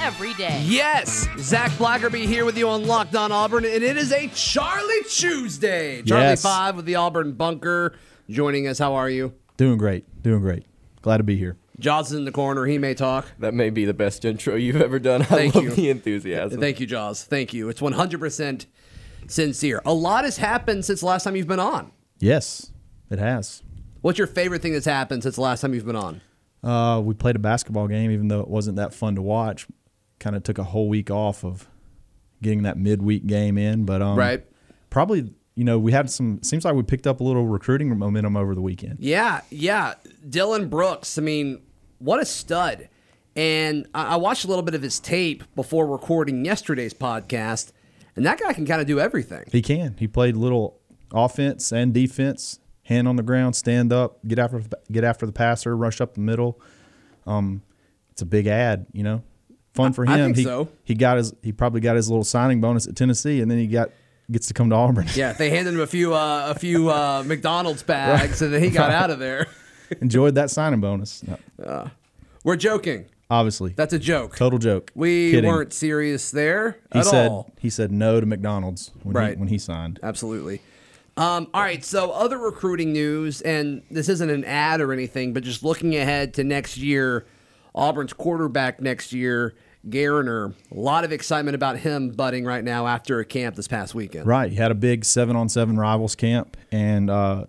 every day. Yes, Zach Blackerby here with you on Locked On Auburn, and it is a Charlie Tuesday. Charlie Yes. Five with the Auburn Bunker joining us. How are you? Doing great. Doing great. Glad to be here. Jaws is in the corner. He may talk. That may be the best intro you've ever done. I Thank love you. the enthusiasm. Thank you, Jaws. Thank you. It's 100% sincere. A lot has happened since the last time you've been on. Yes, it has. What's your favorite thing that's happened since the last time you've been on? Uh, we played a basketball game, even though it wasn't that fun to watch. Kind of took a whole week off of getting that midweek game in, but um, Right. Probably, you know, we had some. Seems like we picked up a little recruiting momentum over the weekend. Yeah, yeah. Dylan Brooks, I mean, what a stud. And I I watched a little bit of his tape before recording yesterday's podcast, and that guy can kind of do everything. He can. He played little offense and defense, hand on the ground, stand up, get after get after the passer, rush up the middle. Um, it's a big ad, you know. Fun for I- I him. think he so. he got his he probably got his little signing bonus at Tennessee, and then he got gets to come to Auburn. Yeah, they handed him a few uh, a few uh, McDonald's bags, and then he got out of there. Enjoyed that signing bonus. No, We're joking. obviously, That's a joke. total joke. We Kidding. weren't serious there He at said all. he said no to McDonald's when Right. he, when he signed. Absolutely. Um, all right, so other recruiting news, and this isn't an ad or anything, but just looking ahead to next year, Auburn's quarterback next year, Garner, a lot of excitement about him budding right now after a camp this past weekend. Right. He had a big seven on seven rivals camp and uh,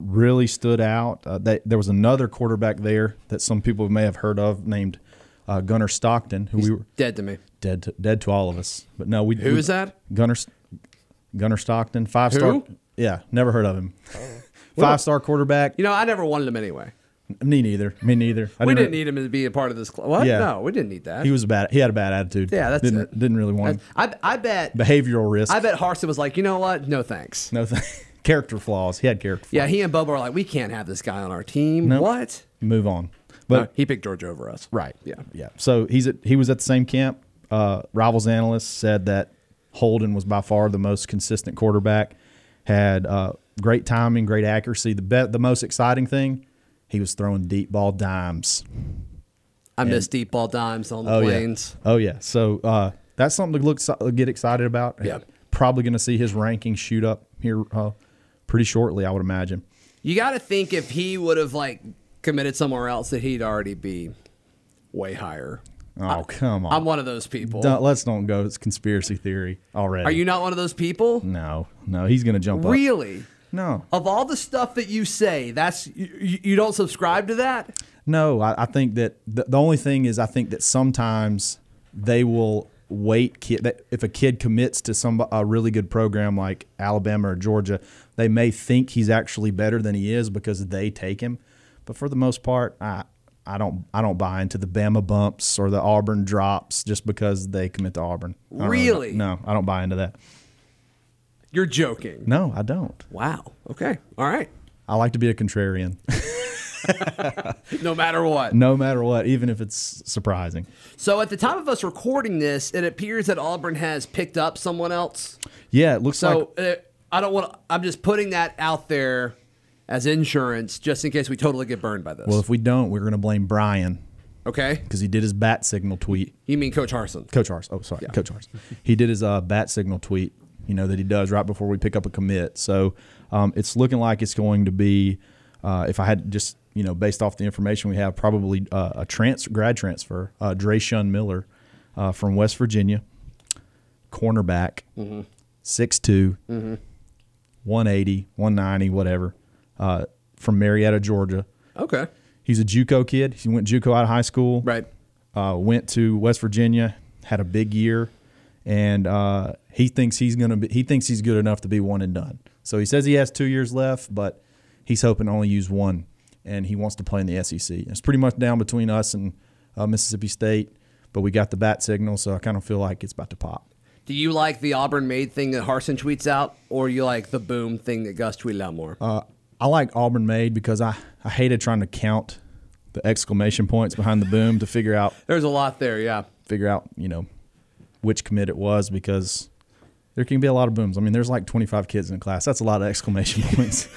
really stood out. Uh, that there was another quarterback there that some people may have heard of named uh, Gunnar Stockton, who we were Dead to me. dead to, dead to all of us. But no, we Who we- is that? Gunnar S- Gunnar Stockton, five star. Who? Oh. Yeah, never heard of him. Five star quarterback. You know, I never wanted him anyway. Me neither. Me neither. I we didn't need him to be a part of this club. What? Yeah. No, we didn't need that. He was a bad. He had a bad attitude. Yeah, that's didn't, it. Didn't really want him. I, I bet. behavioral risk. I bet Harson was like, you know what? No thanks. no th- character flaws. He had character. flaws. Yeah, he and Bubba are like, we can't have this guy on our team. No. What? Move on. But No, he picked George over us. Right. Yeah. Yeah. So he's at, he was at the same camp. Uh, rivals analysts said that Holden was by far the most consistent quarterback. Had uh, great timing, great accuracy. The bet the most exciting thing, he was throwing deep ball dimes. I miss deep ball dimes on the Oh planes. yeah. Oh yeah. So uh, that's something to look get excited about. Yeah. Probably going to see his ranking shoot up here uh, pretty shortly, I would imagine. You got to think if he would have like committed somewhere else, that he'd already be way higher. Oh come on. I'm one of those people. Don't- let's don't go. It's conspiracy theory already. Are you not one of those people? No. No. He's going to jump up. Really? No. Of all the stuff that you say, that's you, you you don't subscribe to that. No, I, I think that the, the only thing is I think that sometimes they will wait. Kid, that if a kid commits to some a really good program like Alabama or Georgia, they may think he's actually better than he is because they take him. But for the most part, I I don't I don't buy into the Bama bumps or the Auburn drops just because they commit to Auburn. I don't Really? no, I don't buy into that. You're joking. No, I don't. Wow. Okay. All right. I like to be a contrarian, No matter what. no matter what, even if it's surprising. So at the time of us recording this, it appears that Auburn has picked up someone else. Yeah, it looks like So uh, I don't want. to I'm just putting that out there as insurance, just in case we totally get burned by this. Well, if we don't, we're going to blame Brian okay. because he did his bat signal tweet. You mean Coach Harson? Coach Ars. Oh, sorry. Coach Ars. He did his uh, bat signal tweet, you know, that he does right before we pick up a commit. So um, it's looking like it's going to be, uh, if I had just, you know, based off the information we have, probably uh, a trans- grad transfer, uh, Dre Shun Miller uh, from West Virginia, cornerback, 6'2, 180, 190, whatever, uh, from Marietta, Georgia. Okay. He's a JUCO kid. He went JUCO out of high school. Right. Uh, went to West Virginia, had a big year, and uh, he thinks he's gonna be. He thinks he's good enough to be one and done. So he says he has two years left, but he's hoping to only use one, and he wants to play in the SEC. It's pretty much down between us and uh, Mississippi State, but we got the bat signal, so I kind of feel like it's about to pop. Do you like the Auburn made thing that Harson tweets out, or you like the boom thing that Gus tweeted out more? Uh, I like Auburn made because I, I hated trying to count the exclamation points behind the boom to figure out There's a lot there, yeah. figure out you know which commit it was because there can be a lot of booms. I mean, there's like 25 kids in a class. That's a lot of exclamation points.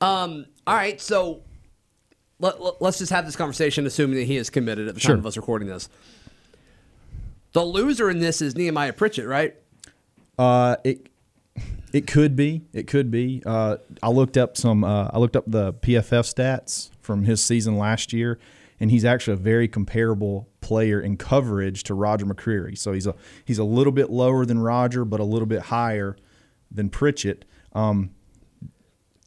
All right, so let, let, us just have this conversation, assuming that he is committed at the Sure. time of us recording this. The loser in this is Nehemiah Pritchett, right? Uh, it it could be. It could be. Uh, I looked up some. Uh, I looked up the PFF stats from his season last year, and he's actually a very comparable player in coverage to Roger McCreary. So he's a he's a little bit lower than Roger, but a little bit higher than Pritchett. Um,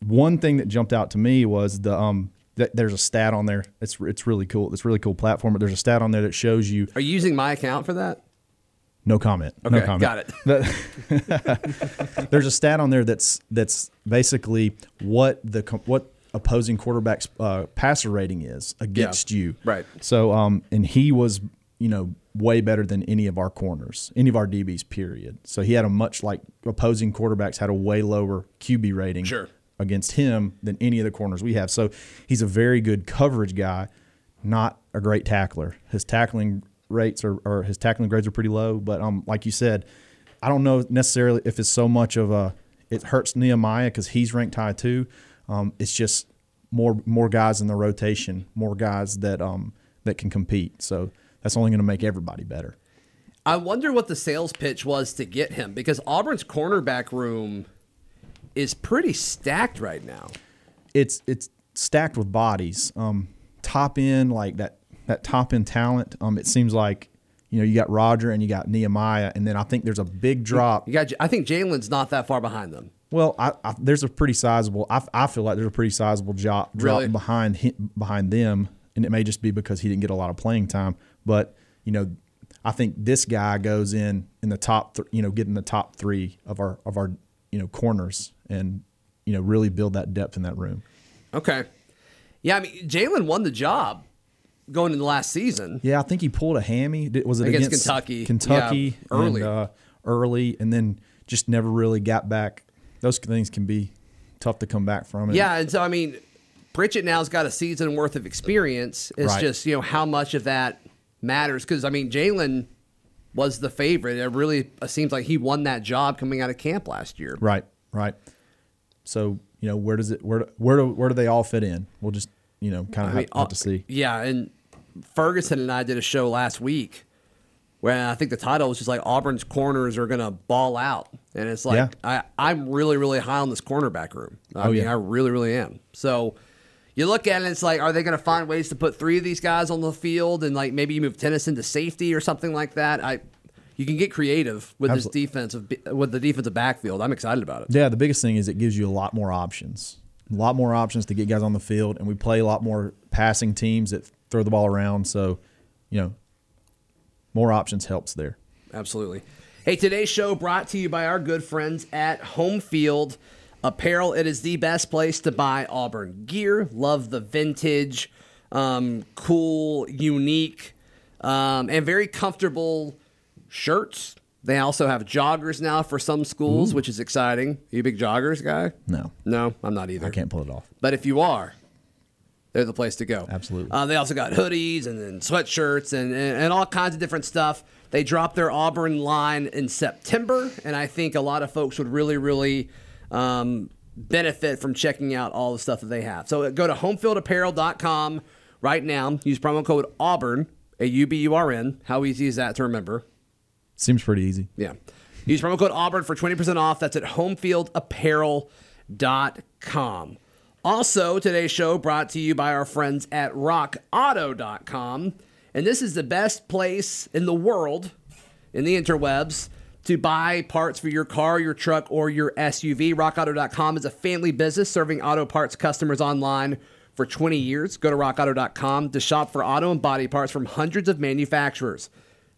one thing that jumped out to me was the um. That there's a stat on there. It's it's really cool. It's a really cool platform. But there's a stat on there that shows you Are you using my account for that? no comment. no Okay, comment. got it. there's a stat on there that's that's basically what the com- what opposing quarterback's uh, passer rating is against you. right. So um and he was you know way better than any of our corners, any of our DBs. Period. So he had a much like opposing quarterbacks had a way lower QB rating Sure. against him than any of the corners we have. So he's a very good coverage guy, not a great tackler. His tackling rates are, or his tackling grades are pretty low. But um, like you said, I don't know necessarily if it's so much of a it hurts Nehemiah because he's ranked high too. Um, it's just more more guys in the rotation, more guys that um that can compete. So that's only going to make everybody better. I wonder what the sales pitch was to get him because Auburn's cornerback room is pretty stacked right now. it's it's stacked with bodies. Um, top end like that that top end talent. Um, it seems like you know you got Roger and you got Nehemiah, and then I think there's a big drop. You got, I think Jalen's not that far behind them. Well, I, I, there's a pretty sizable. I, I feel like there's a pretty sizable drop drop Really? behind him, behind them, and it may just be because he didn't get a lot of playing time. But you know, I think this guy goes in in the top. Th- you know, getting the top three of our of our you know corners and you know really build that depth in that room. Okay. Yeah, I mean, Jalen won the job going into last season. Yeah, I think he pulled a hammy. Did- Was it Against against, Kentucky. Kentucky Yeah, early. and, uh, early, and then just never really got back. Those things can be tough to come back from. And Yeah, and so I mean, Pritchett now's got a season worth of experience. It's Right. just you know how much of that matters because I mean Jalen was the favorite. It really seems like he won that job coming out of camp last year. Right. Right. So you know where does it where do- where do where do they all fit in? We'll just you know kind of I mean, have, have uh, to see. Yeah, and Ferguson and I did a show last week where I think the title was just like Auburn's corners are gonna ball out, and it's like Yeah. I I'm really really high on this cornerback room. I Oh, mean, yeah. I really really am. So. You look at it, it's like, are they going to find ways to put three of these guys on the field, and like maybe you move Tennyson to safety or something like that? I, you can get creative with Absol- this defense of with the defensive backfield. I'm excited about it. Yeah, the biggest thing is it gives you a lot more options, a lot more options to get guys on the field, and we play a lot more passing teams that throw the ball around. So you know more options helps there. Absolutely. Hey, today's show brought to you by our good friends at Home Field Apparel. It is the best place to buy Auburn gear. Love the vintage, um, cool, unique, um, and very comfortable shirts. They also have joggers now for some schools, which is exciting. you a big joggers guy? No. No, I'm not either. I can't pull it off. But if you are, they're the place to go. Absolutely. Uh, they also got hoodies and then sweatshirts and, and, and all kinds of different stuff. They dropped their Auburn line in September, and I think a lot of folks would really, really um, benefit from checking out all the stuff that they have. So uh, go to homefieldapparel.com right now. Use promo code Auburn, A U B U R N. How easy is that to remember? Seems pretty easy. Yeah. Use promo code Auburn for 20% off. That's at homefieldapparel.com. Also, today's show brought to you by our friends at rockauto.com. And this is the best place in the world, in the interwebs, to buy parts for your car, your truck, or your SUV. RockAuto.com is a family business serving auto parts customers online for 20 years. Go to rockauto.com to shop for auto and body parts from hundreds of manufacturers.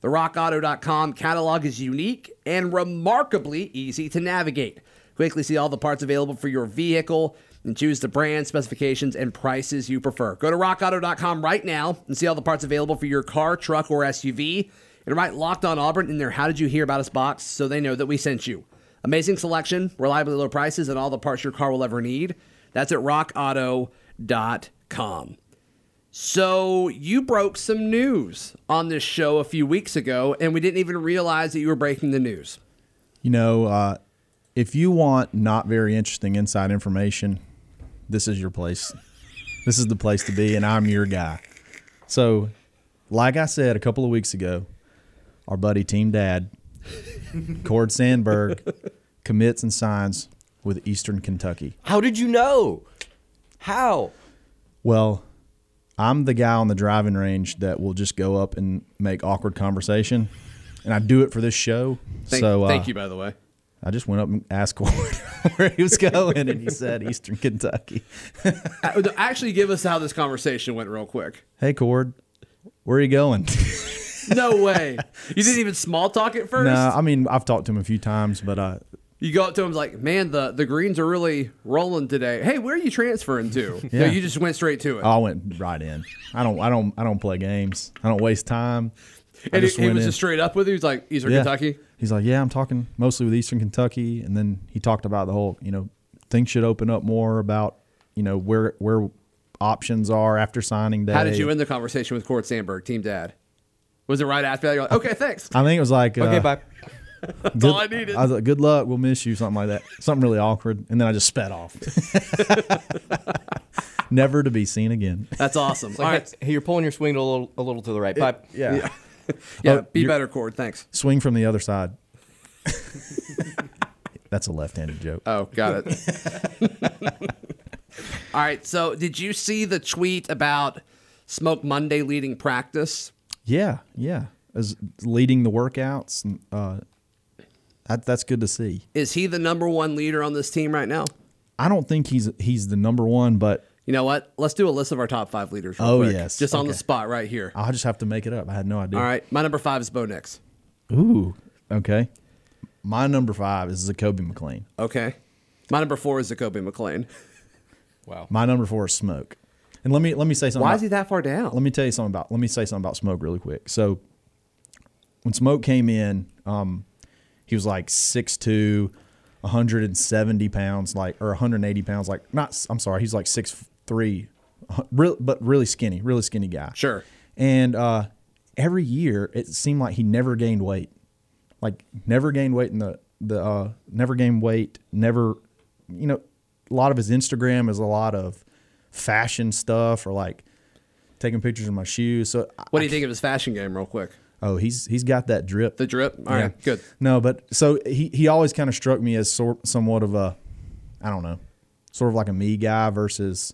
The rockauto.com catalog is unique and remarkably easy to navigate. Quickly see all the parts available for your vehicle and choose the brand, specifications, and prices you prefer. Go to rockauto.com right now and see all the parts available for your car, truck, or SUV and write Locked On Auburn in their How Did You Hear About Us box so they know that we sent you. Amazing selection, reliably low prices, and all the parts your car will ever need. That's at rockauto.com. So, you broke some news on this show a few weeks ago, and we didn't even realize that you were breaking the news. You know, uh, if you want not very interesting inside information, this is your place. this is the place to be, and I'm your guy. So, like I said a couple of weeks ago, our buddy Team Dad, Cord Sandberg, commits and signs with Eastern Kentucky. How did you know? How? Well, I'm the guy on the driving range that will just go up and make awkward conversation, and I do it for this show. Thank, so, uh, thank you, by the way. I just went up and asked Cord where he was going, and he said Eastern Kentucky. Uh, Actually, give us how this conversation went, real quick. Hey, Cord, where are you going? No way. you didn't even small talk at first. no, I mean I've talked to him a few times, but uh, You go up to him like, man, the, the greens are really rolling today. Hey, where are you transferring to? No, Yeah. Oh, you just went straight to it. I went right in. I don't, I don't, I don't play games. I don't waste time. I and just he, he went was in. just straight up with you. He's like, Eastern Yeah. Kentucky. He's like, yeah, I'm talking mostly with Eastern Kentucky, and then he talked about the whole, you know, things should open up more about, you know, where where options are after signing day. How did you end the conversation with Court Sandberg, team dad? Was it right after that? You're like, okay, thanks. I think it was like Okay, uh, bye. That's all I needed. I was like, "Good luck, we'll miss you," something like that, something really awkward, and then I just sped off, never to be seen again. That's awesome. Like, All right. hey, you're pulling your swing a little, a little to the right. Bye. Yeah, Yeah, Oh, be you're- better, Court. Thanks. swing from the other side. That's a left-handed joke. Oh, got it. All right. So, did you see the tweet about Smoke Monday leading practice? yeah, yeah, as leading the workouts, and, uh, that, that's good to see. Is he the number one leader on this team right now? I don't think he's he's the number one, but You know what? Let's do a list of our top five leaders. Real Oh, quick, yes. just on the Okay. spot right here. I'll just have to make it up. I had no idea. All right, my number five is Bo Nix. Ooh. Okay. My number five is Zacoby McLean. Okay, my number four is Jacoby McLean. Wow. My number four is Smoke. And let me let me say Oh. something. Why about- is he that far down? Let me tell you something about. Let me say something about Smoke really quick. So, when Smoke came in, um, he was like 6'2", 170 pounds, like or one hundred eighty pounds, like not. I'm sorry, he's like six three, real but really skinny, really skinny guy. Sure. And uh, every year, it seemed like he never gained weight. Like never gained weight in the the uh, never gained weight. Never, you know, a lot of his Instagram is a lot of fashion stuff or like taking pictures of my shoes. So I- What do you think of his fashion game, real quick? oh, he's he's got that drip. The drip. All right, Yeah. good. No, but so he he always kind of struck me as sort somewhat of a, I don't know, sort of like a me guy versus,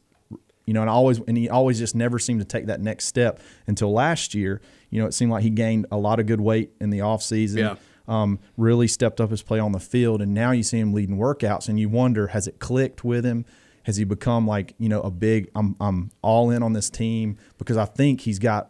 you know, and I always and he always just never seemed to take that next step until last year. You know, it seemed like he gained a lot of good weight in the off season. Yeah. Um, really stepped up his play on the field, and now you see him leading workouts, and you wonder has it clicked with him? Has he become like you know a big I'm I'm all in on this team because I think he's got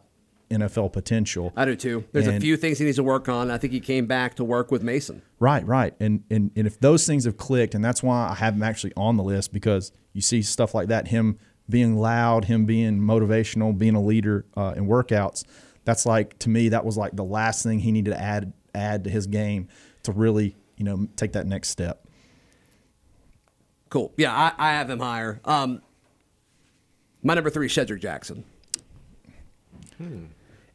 NFL potential. I do too. There's a And- few things he needs to work on. I think he came back to work with Mason. Right, right. And, and and if those things have clicked, and that's why I have him actually on the list because you see stuff like that, him being loud, him being motivational, being a leader uh, in workouts. That's like to me, that was like the last thing he needed to add add to his game to really you know take that next step. Cool. Yeah, I, I have him higher. Um, my number three, Shedrick Jackson. Every Hmm.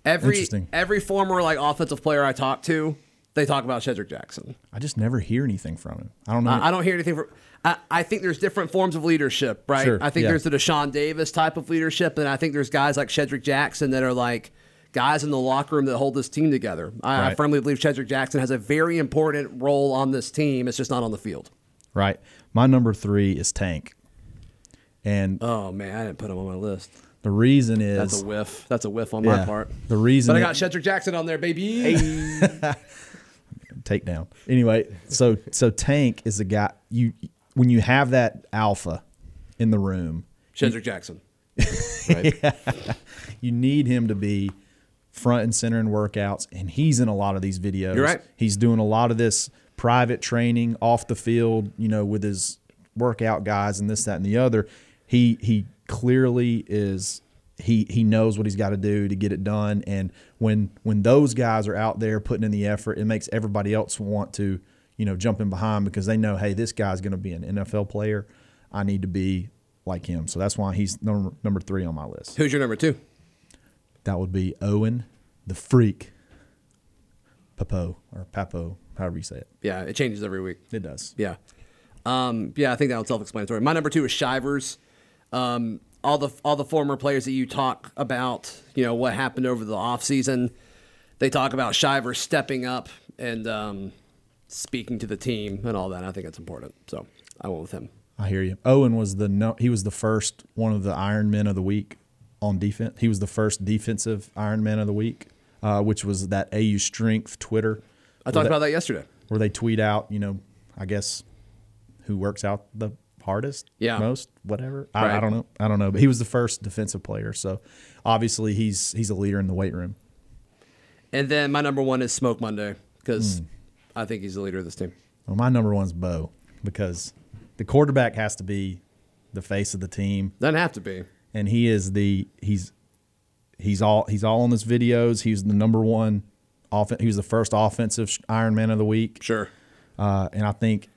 Interesting. every former like offensive player I talk to, they talk about Shedrick Jackson. I just never hear anything from him. I don't know. I, I don't hear anything from. I, I think there's different forms of leadership, right? Sure, I think yeah. there's the Deshaun Davis type of leadership, and I think there's guys like Shedrick Jackson that are like guys in the locker room that hold this team together. I, I Right. firmly believe Shedrick Jackson has a very important role on this team. It's just not on the field. right. My number three is Tank, and Oh man, I didn't put him on my list. the reason is That's a whiff. That's a whiff on my Yeah. part. The reason but I it- got Shedrick Jackson on there, baby. takedown. Anyway, so so Tank is the guy you when you have that alpha in the room, Shedrick Jackson. you need him to be front and center in workouts, and he's in a lot of these videos. You're right. He's doing a lot of this private training off the field, you know, with his workout guys and this, that, and the other. He he clearly is he he knows what he's got to do to get it done. And when when those guys are out there putting in the effort, it makes everybody else want to you know jump in behind because they know, hey, this guy's going to be an NFL player. I need to be like him. So that's why he's number number three on my list. Who's your number two? That would be Owen, the freak, Papo or Papo, however you say it. Yeah, it changes every week. It does. Yeah. Um, yeah, I think that was self-explanatory. My number two is Shivers. Um, all the all the former players that you talk about, you know, what happened over the offseason, they talk about Shivers stepping up and um, speaking to the team and all that. I think that's important. So I went with him. I hear you. Owen was the no, he was the first one of the Iron Men of the week on defense. He was the first defensive Iron Man of the week, uh, which was that AU Strength Twitter. I talked about that yesterday. where they tweet out, you know, I guess who works out the hardest, Yeah. most, whatever. I, Right. I don't know. I don't know. But he was the first defensive player, so obviously he's he's a leader in the weight room. And then my number one is Smoke Monday because Hmm. I think he's the leader of this team. Well, my number one's Bo because the quarterback has to be the face of the team. Doesn't have to be. and he is the he's he's all he's all on his videos. He's the number one offen He was the first offensive Iron Man of the week. Sure. Uh, and I think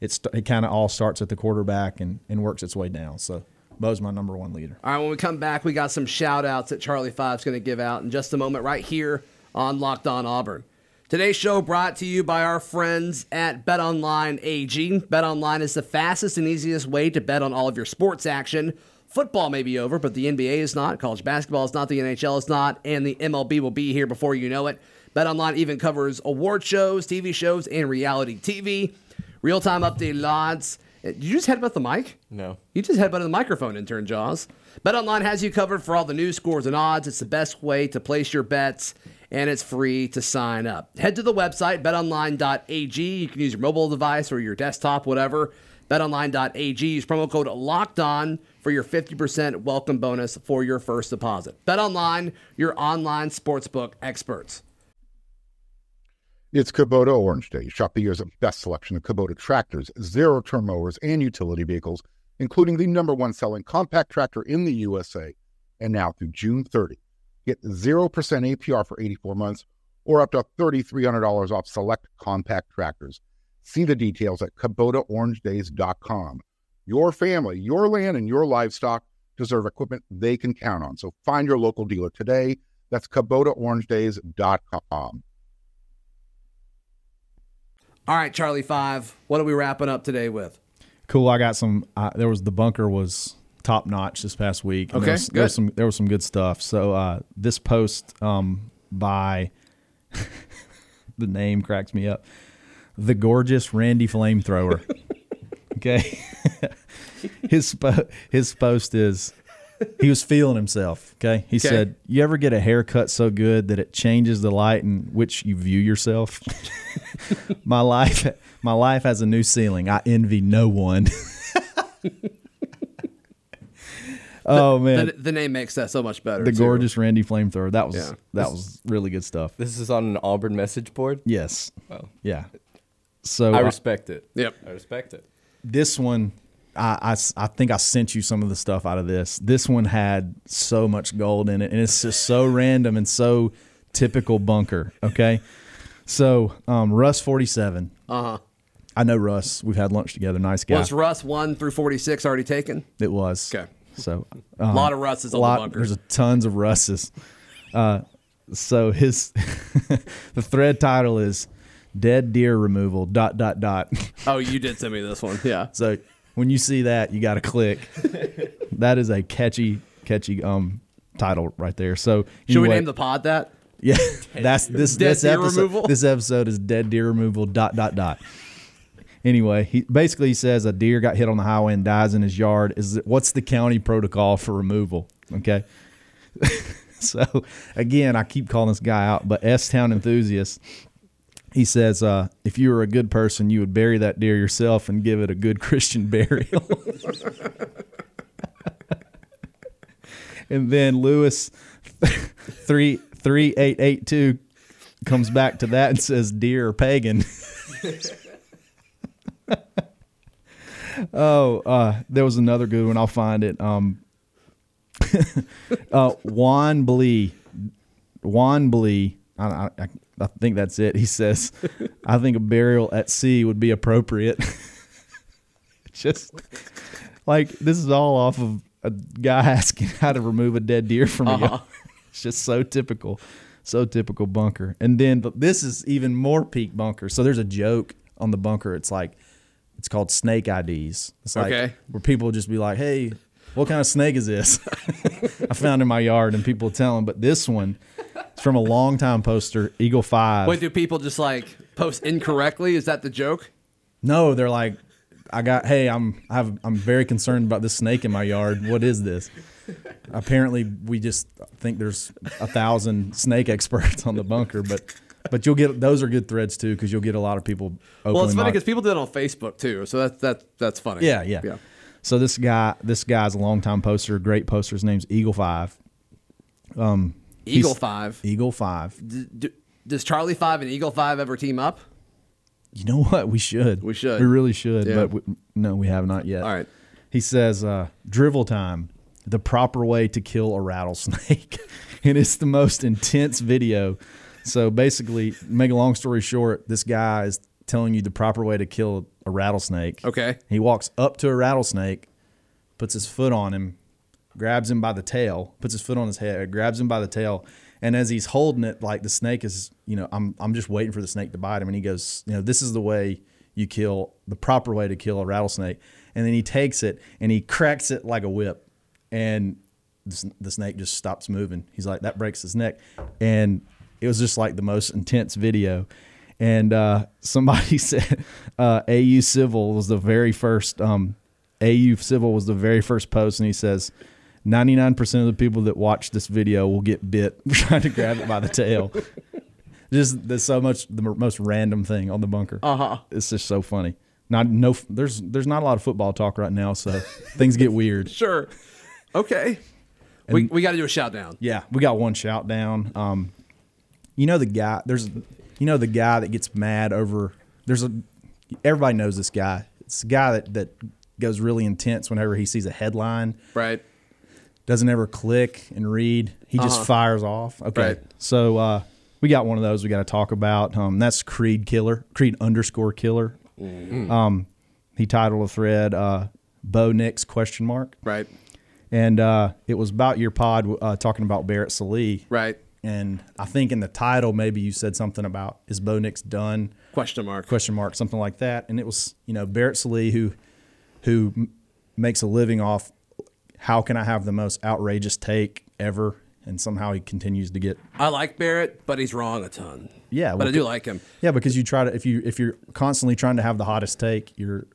it's it kind of all starts at the quarterback and and works its way down. So Bo's my number one leader. All right, when we come back, we got some shout outs that Charlie Five's going to give out in just a moment right here on Locked On Auburn. Today's show brought to you by our friends at BetOnline AG. BetOnline is the fastest and easiest way to bet on all of your sports action. Football may be over, but the NBA is not. College basketball is not. The NHL is not. And the MLB will be here before you know it. BetOnline even covers award shows, TV shows, and reality TV. Real time updated odds. Did you just headbutt the mic? No. You just headbutted the microphone, intern Jaws. BetOnline has you covered for all the news, scores, and odds. It's the best way to place your bets, and it's free to sign up. Head to the website, betonline.ag. You can use your mobile device or your desktop, whatever. BetOnline.ag. Use promo code LOCKED ON for your 50% welcome bonus for your first deposit. BetOnline, your online sportsbook experts. It's Kubota Orange Day. Shop the year's best selection of Kubota tractors, zero turn mowers, and utility vehicles, including the number one selling compact tractor in the USA. And now through June 30, get 0% APR for 84 months or up to $3,300 off select compact tractors. See the details at KubotaOrangeDays.com. Your family, your land, and your livestock deserve equipment they can count on. So find your local dealer today. That's KubotaOrangeDays.com. All right, Charlie Five, what are we wrapping up today with? Cool. I got some. Uh, there was the bunker was top notch this past week. and Okay, there was, there was good. some there was some good stuff. So uh, this post um, by the name cracks me up. The gorgeous Randy Flamethrower. okay, his po- his post is he was feeling himself. Okay, he said, "You ever get a haircut so good that it changes the light in which you view yourself?" my life, my life has a new ceiling. I envy no one. oh man, The, the name makes that so much better. the too. gorgeous Randy Flamethrower. That was Yeah. that was really good stuff. This is on an Auburn message board. Yes. Yeah. So I uh, respect it. Yep. I respect it. this one, I, I s- I think I sent you some of the stuff out of this. This one had so much gold in it, and it's just so random and so typical bunker. Okay. So um, Russ forty seven. Uh huh. I know Russ. We've had lunch together. Nice guy. Uh-huh. Was Russ 1 through 46 already taken? It was. Okay. So uh, a lot of Russes on the bunker. There's a tons of Russes. Uh, so his the thread title is "Dead Deer Removal." Dot dot dot. Oh, you did send me this one. Yeah. So when you see that, you got to click. that is a catchy, catchy um title right there. So Should we anyway- name the pod that? Yeah, that's this Dead this deer episode. removal? This episode is dead deer removal. Dot dot dot. Anyway, he basically he says a deer got hit on the highway and dies in his yard. Is it- what's the county protocol for removal? Okay. so again, I keep calling this guy out, but S Town enthusiast. He says, uh, if you were a good person, you would bury that deer yourself and give it a good Christian burial. and then Lewis three three eight eight two comes back to that and says deer or pagan. oh, uh, there was another good one. I'll find it. Um, uh, Juan Blee, Juan Blee. I, I, I- I think that's it. He says, "I think a burial at sea would be appropriate." Just like this is all off of a guy asking how to remove a dead deer from Uh-huh. a yard. It's just so typical, so typical bunker. And then but this is even more peak bunker. So there's a joke on the bunker. It's like it's called snake IDs. It's like Okay. where people just be like, "Hey, what kind of snake is this?" I found in my yard, and people tell them. But this one, it's from a longtime poster, Eagle Five. Wait, do people just like post incorrectly? Is that the joke? No, they're like, I got. Hey, I'm I've, I'm very concerned about this snake in my yard. What is this? Apparently, we just think there's a thousand snake experts on the bunker, but but you'll get those are good threads too because you'll get a lot of people. Openly Well, it's funny mock- because people do it on Facebook too, so that's that's that's funny. yeah, yeah, So this guy, this guy's a longtime poster, great poster. His name's Eagle Five. Eagle He's- Five. Eagle Five. D- d- does Charlie Five and Eagle Five ever team up? You know what? We should. We should. We really should. Yeah. But we, no, we have not yet. All right. He says, uh, "Drivel time, the proper way to kill a rattlesnake," and it's the most intense video. So basically, make a long story short, this guy is telling you the proper way to kill a rattlesnake. Okay. He walks up to a rattlesnake, puts his foot on him, grabs him by the tail, puts his foot on his head, grabs him by the tail, and as he's holding it, like the snake is, you know, I'm I'm just waiting for the snake to bite him, and he goes, you know, this is the way you kill the proper way to kill a rattlesnake, and then he takes it and he cracks it like a whip, and the, sn- the snake just stops moving. He's like that breaks his neck, and it was just like the most intense video. And uh, somebody said uh, AU Civil was the very first um, AU Civil was the very first post, and he says, "99% of the people that watch this video will get bit trying to grab it by the tail." just there's so much the m- most random thing on the bunker. Uh huh. It's just so funny. Not no, f- there's there's not a lot of football talk right now, so things get weird. Sure. Okay. we we got to do a shout down. Yeah, we got one shout down. Um, you know the guy. There's, you know the guy that gets mad over. There's a. Everybody knows this guy. It's a guy that that goes really intense whenever he sees a headline. Right. Doesn't ever click and read. He just fires off. Okay, Right. so uh, we got one of those we got to talk about. Um, that's Creed Killer. Creed underscore Killer. Um, he titled a thread. Uh, Bo Nix question mark. Right. And uh, it was about your pod uh, talking about Barrett Salee. Right. And I think in the title, maybe you said something about is Bo Nix done? Question mark. Question mark, something like that. And it was you know Barrett Salee who who m- makes a living off how can I have the most outrageous take ever, and somehow he continues to get I like Barrett, but he's wrong a ton. Yeah, But well, I do c- like him. yeah because you try to if you if you're constantly trying to have the hottest take, you're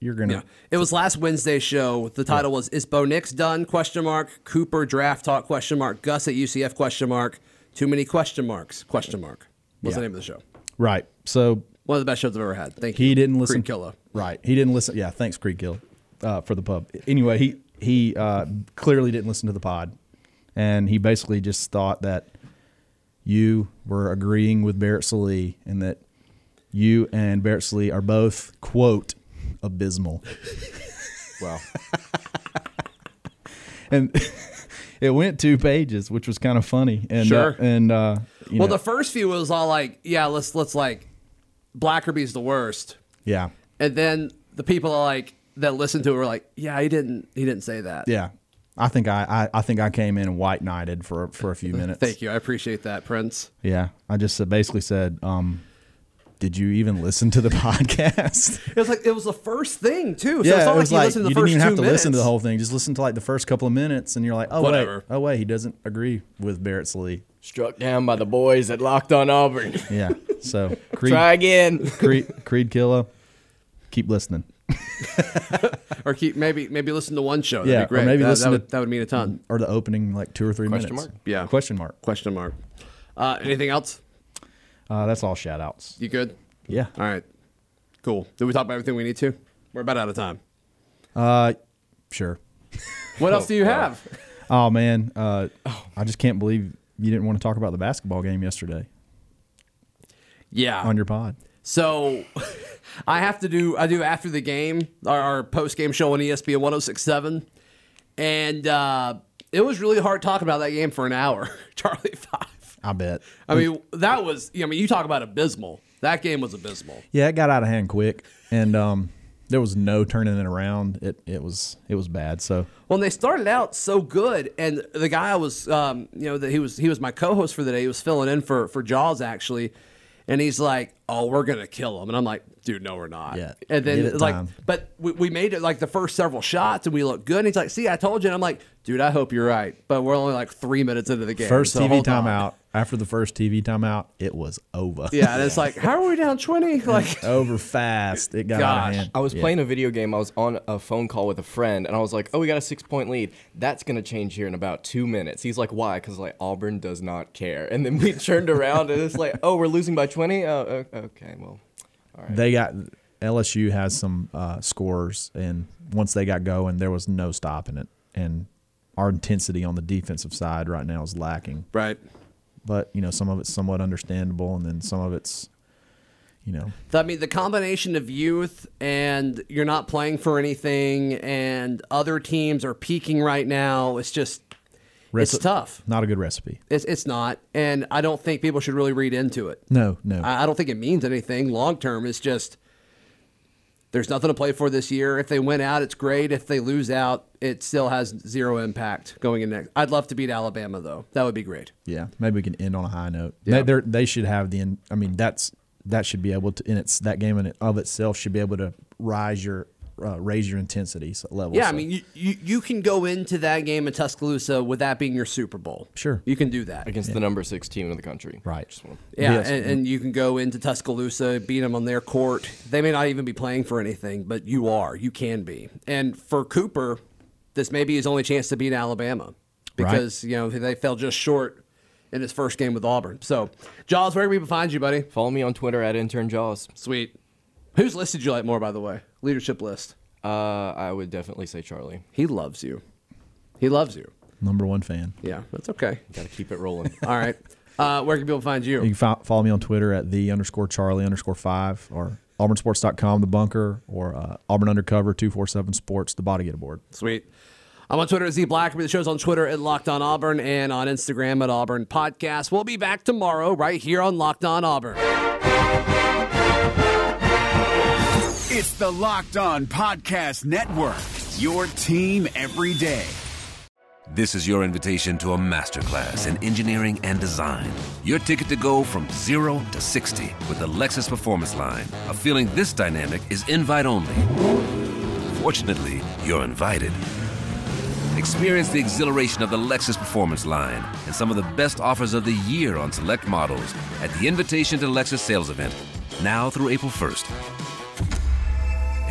you're gonna Yeah. It was last Wednesday's show. The title was Is Bo Nix done? Question mark. Cooper draft talk question mark. Gus at UCF question mark. Too many question marks. Question mark. What's the Yeah. name of the show? right. So One of the best shows I've ever had. Thank you. He didn't listen. Creed Killer. Right. He didn't listen. Yeah. Thanks, Creed Kill, uh, for the pub. Anyway, he he uh, clearly didn't listen to the pod, and he basically just thought that you were agreeing with Barrett Salee and that you and Barrett Salee are both quote abysmal. Wow. and it went two pages, which was kind of funny. And uh, Sure. and uh, you Well, know, the first few was all like, yeah, let's let's like Blackerby's the worst. yeah And then the people are like that listened to it were like, yeah, he didn't he didn't say that. yeah. I think I, I, I think I came in and white knighted for for a few minutes. Thank you. I appreciate that, Prince. Yeah, I just said- basically said, um, "Did you even listen to the podcast?" It was like it was the first thing too. So yeah, it's not it was like, you like listened to the you first didn't even two have to minutes. listen to the whole thing. Just listen to like the first couple of minutes, and you're like, "Oh Whatever. wait, oh wait, he doesn't agree with Barrett Salee." Struck down by the boys at Locked On Auburn. Yeah, so Creed, Try again. Creed, Creed Killer, keep listening, or keep maybe maybe listen to one show. That'd Yeah, be or great. maybe that, listen that to- would, that would mean a ton. or the opening like two or three Question minutes. mark? Yeah. question mark. Question mark. Uh, anything else? Uh, that's all shout outs. You good? Yeah. All right. Cool. Did we talk about everything we need to? We're about out of time. Uh, sure. What else do you have? Oh man, uh, Oh. I just can't believe you didn't want to talk about the basketball game yesterday Yeah. on your pod. So I have to do I do after E oh the game our, our post game show on ESPN 1067 and uh It was really hard talking about that game for an hour, Charlie Five. I bet. I mean, that was. I mean, you talk about abysmal. That game was abysmal. Yeah, it got out of hand quick, and um, there was no turning it around. It it was it was bad. So Well, they started out so good, and the guy I was, um, you know, that he was he was my co-host for the day. He was filling in for for Jaws actually, and he's like, "Oh, we're gonna kill him," and I'm like, "Dude, no, we're not." Yeah, And give then it like, time. but we, we made it like the first several shots, and we looked good. And he's like, "See, I told you." And I'm like, "Dude, I hope you're right," but we're only like three minutes into the game. first so TV hold on. timeout. After the first TV timeout, it was over. Yeah, and it's like, how are we down twenty? Like, over fast. It got out Gosh. of hand. I was Yeah. playing a video game. I was on a phone call with a friend, and I was like, "Oh, we got a six-point lead. That's gonna change here in about two minutes." He's like, "Why?" Because like Auburn does not care. And then we turned around, and it's like, "Oh, we're losing by 20? Oh, o- okay. Well, They got LSU has some uh, scores, and once they got going, there was no stopping it. And our intensity on the defensive side right now is lacking. right. But you know, some of it's somewhat understandable, and then some of it's, you know, I mean, the combination of youth and you're not playing for anything, and other teams are peaking right now. It's just, Reci- it's tough. not a good recipe. It's it's not, and I don't think people should really read into it. No, no. I, I don't think it means anything long term. It's just there's nothing to play for this year. If they win out, it's great. If they lose out, it still has zero impact going in next. I'd love to beat Alabama though. That would be great. Yeah, maybe we can end on a high note. Yeah. They, they're, they should have the. in- I mean, that's that should be able to. And it's that game in it of itself should be able to rise your uh, raise your intensity s- level. Yeah, I So, mean, you, you you can go into that game in Tuscaloosa with that being your Super Bowl. Sure. you can do that. against the number six team in the country, Right. Just wanna- Yeah, Yes. and, and you can go into Tuscaloosa, beat them on their court. They may not even be playing for anything, but you are. You can be. And for Cooper, this may be his only chance to beat Alabama because, you know, they fell just short in his first game with Auburn. So, Jaws, where can we find you, buddy? Follow me on Twitter at intern jaws. Sweet. Whose list did you like more, by the way? Leadership list. Uh, I would definitely say Charlie. He loves you. He loves you. number one fan. Yeah, that's okay. Got to keep it rolling. All right. Uh, where can people find you? You can fo- follow me on Twitter at the underscore Charlie underscore five or auburnsports.com, the bunker, or uh, Auburn Undercover 247 Sports, the body get aboard. Sweet. I'm on Twitter at Z Blackman. The show's on Twitter at Locked On Auburn and on Instagram at Auburn Podcast. We'll be back tomorrow right here on Locked On Auburn. It's the Locked On Podcast Network, your team every day. This is your invitation to a masterclass in engineering and design. Your ticket to go from zero to 60 with the Lexus Performance Line. A feeling this dynamic is invite only. Fortunately, you're invited. Experience the exhilaration of the Lexus Performance Line and some of the best offers of the year on select models at the Invitation to Lexus sales event, now through April 1st.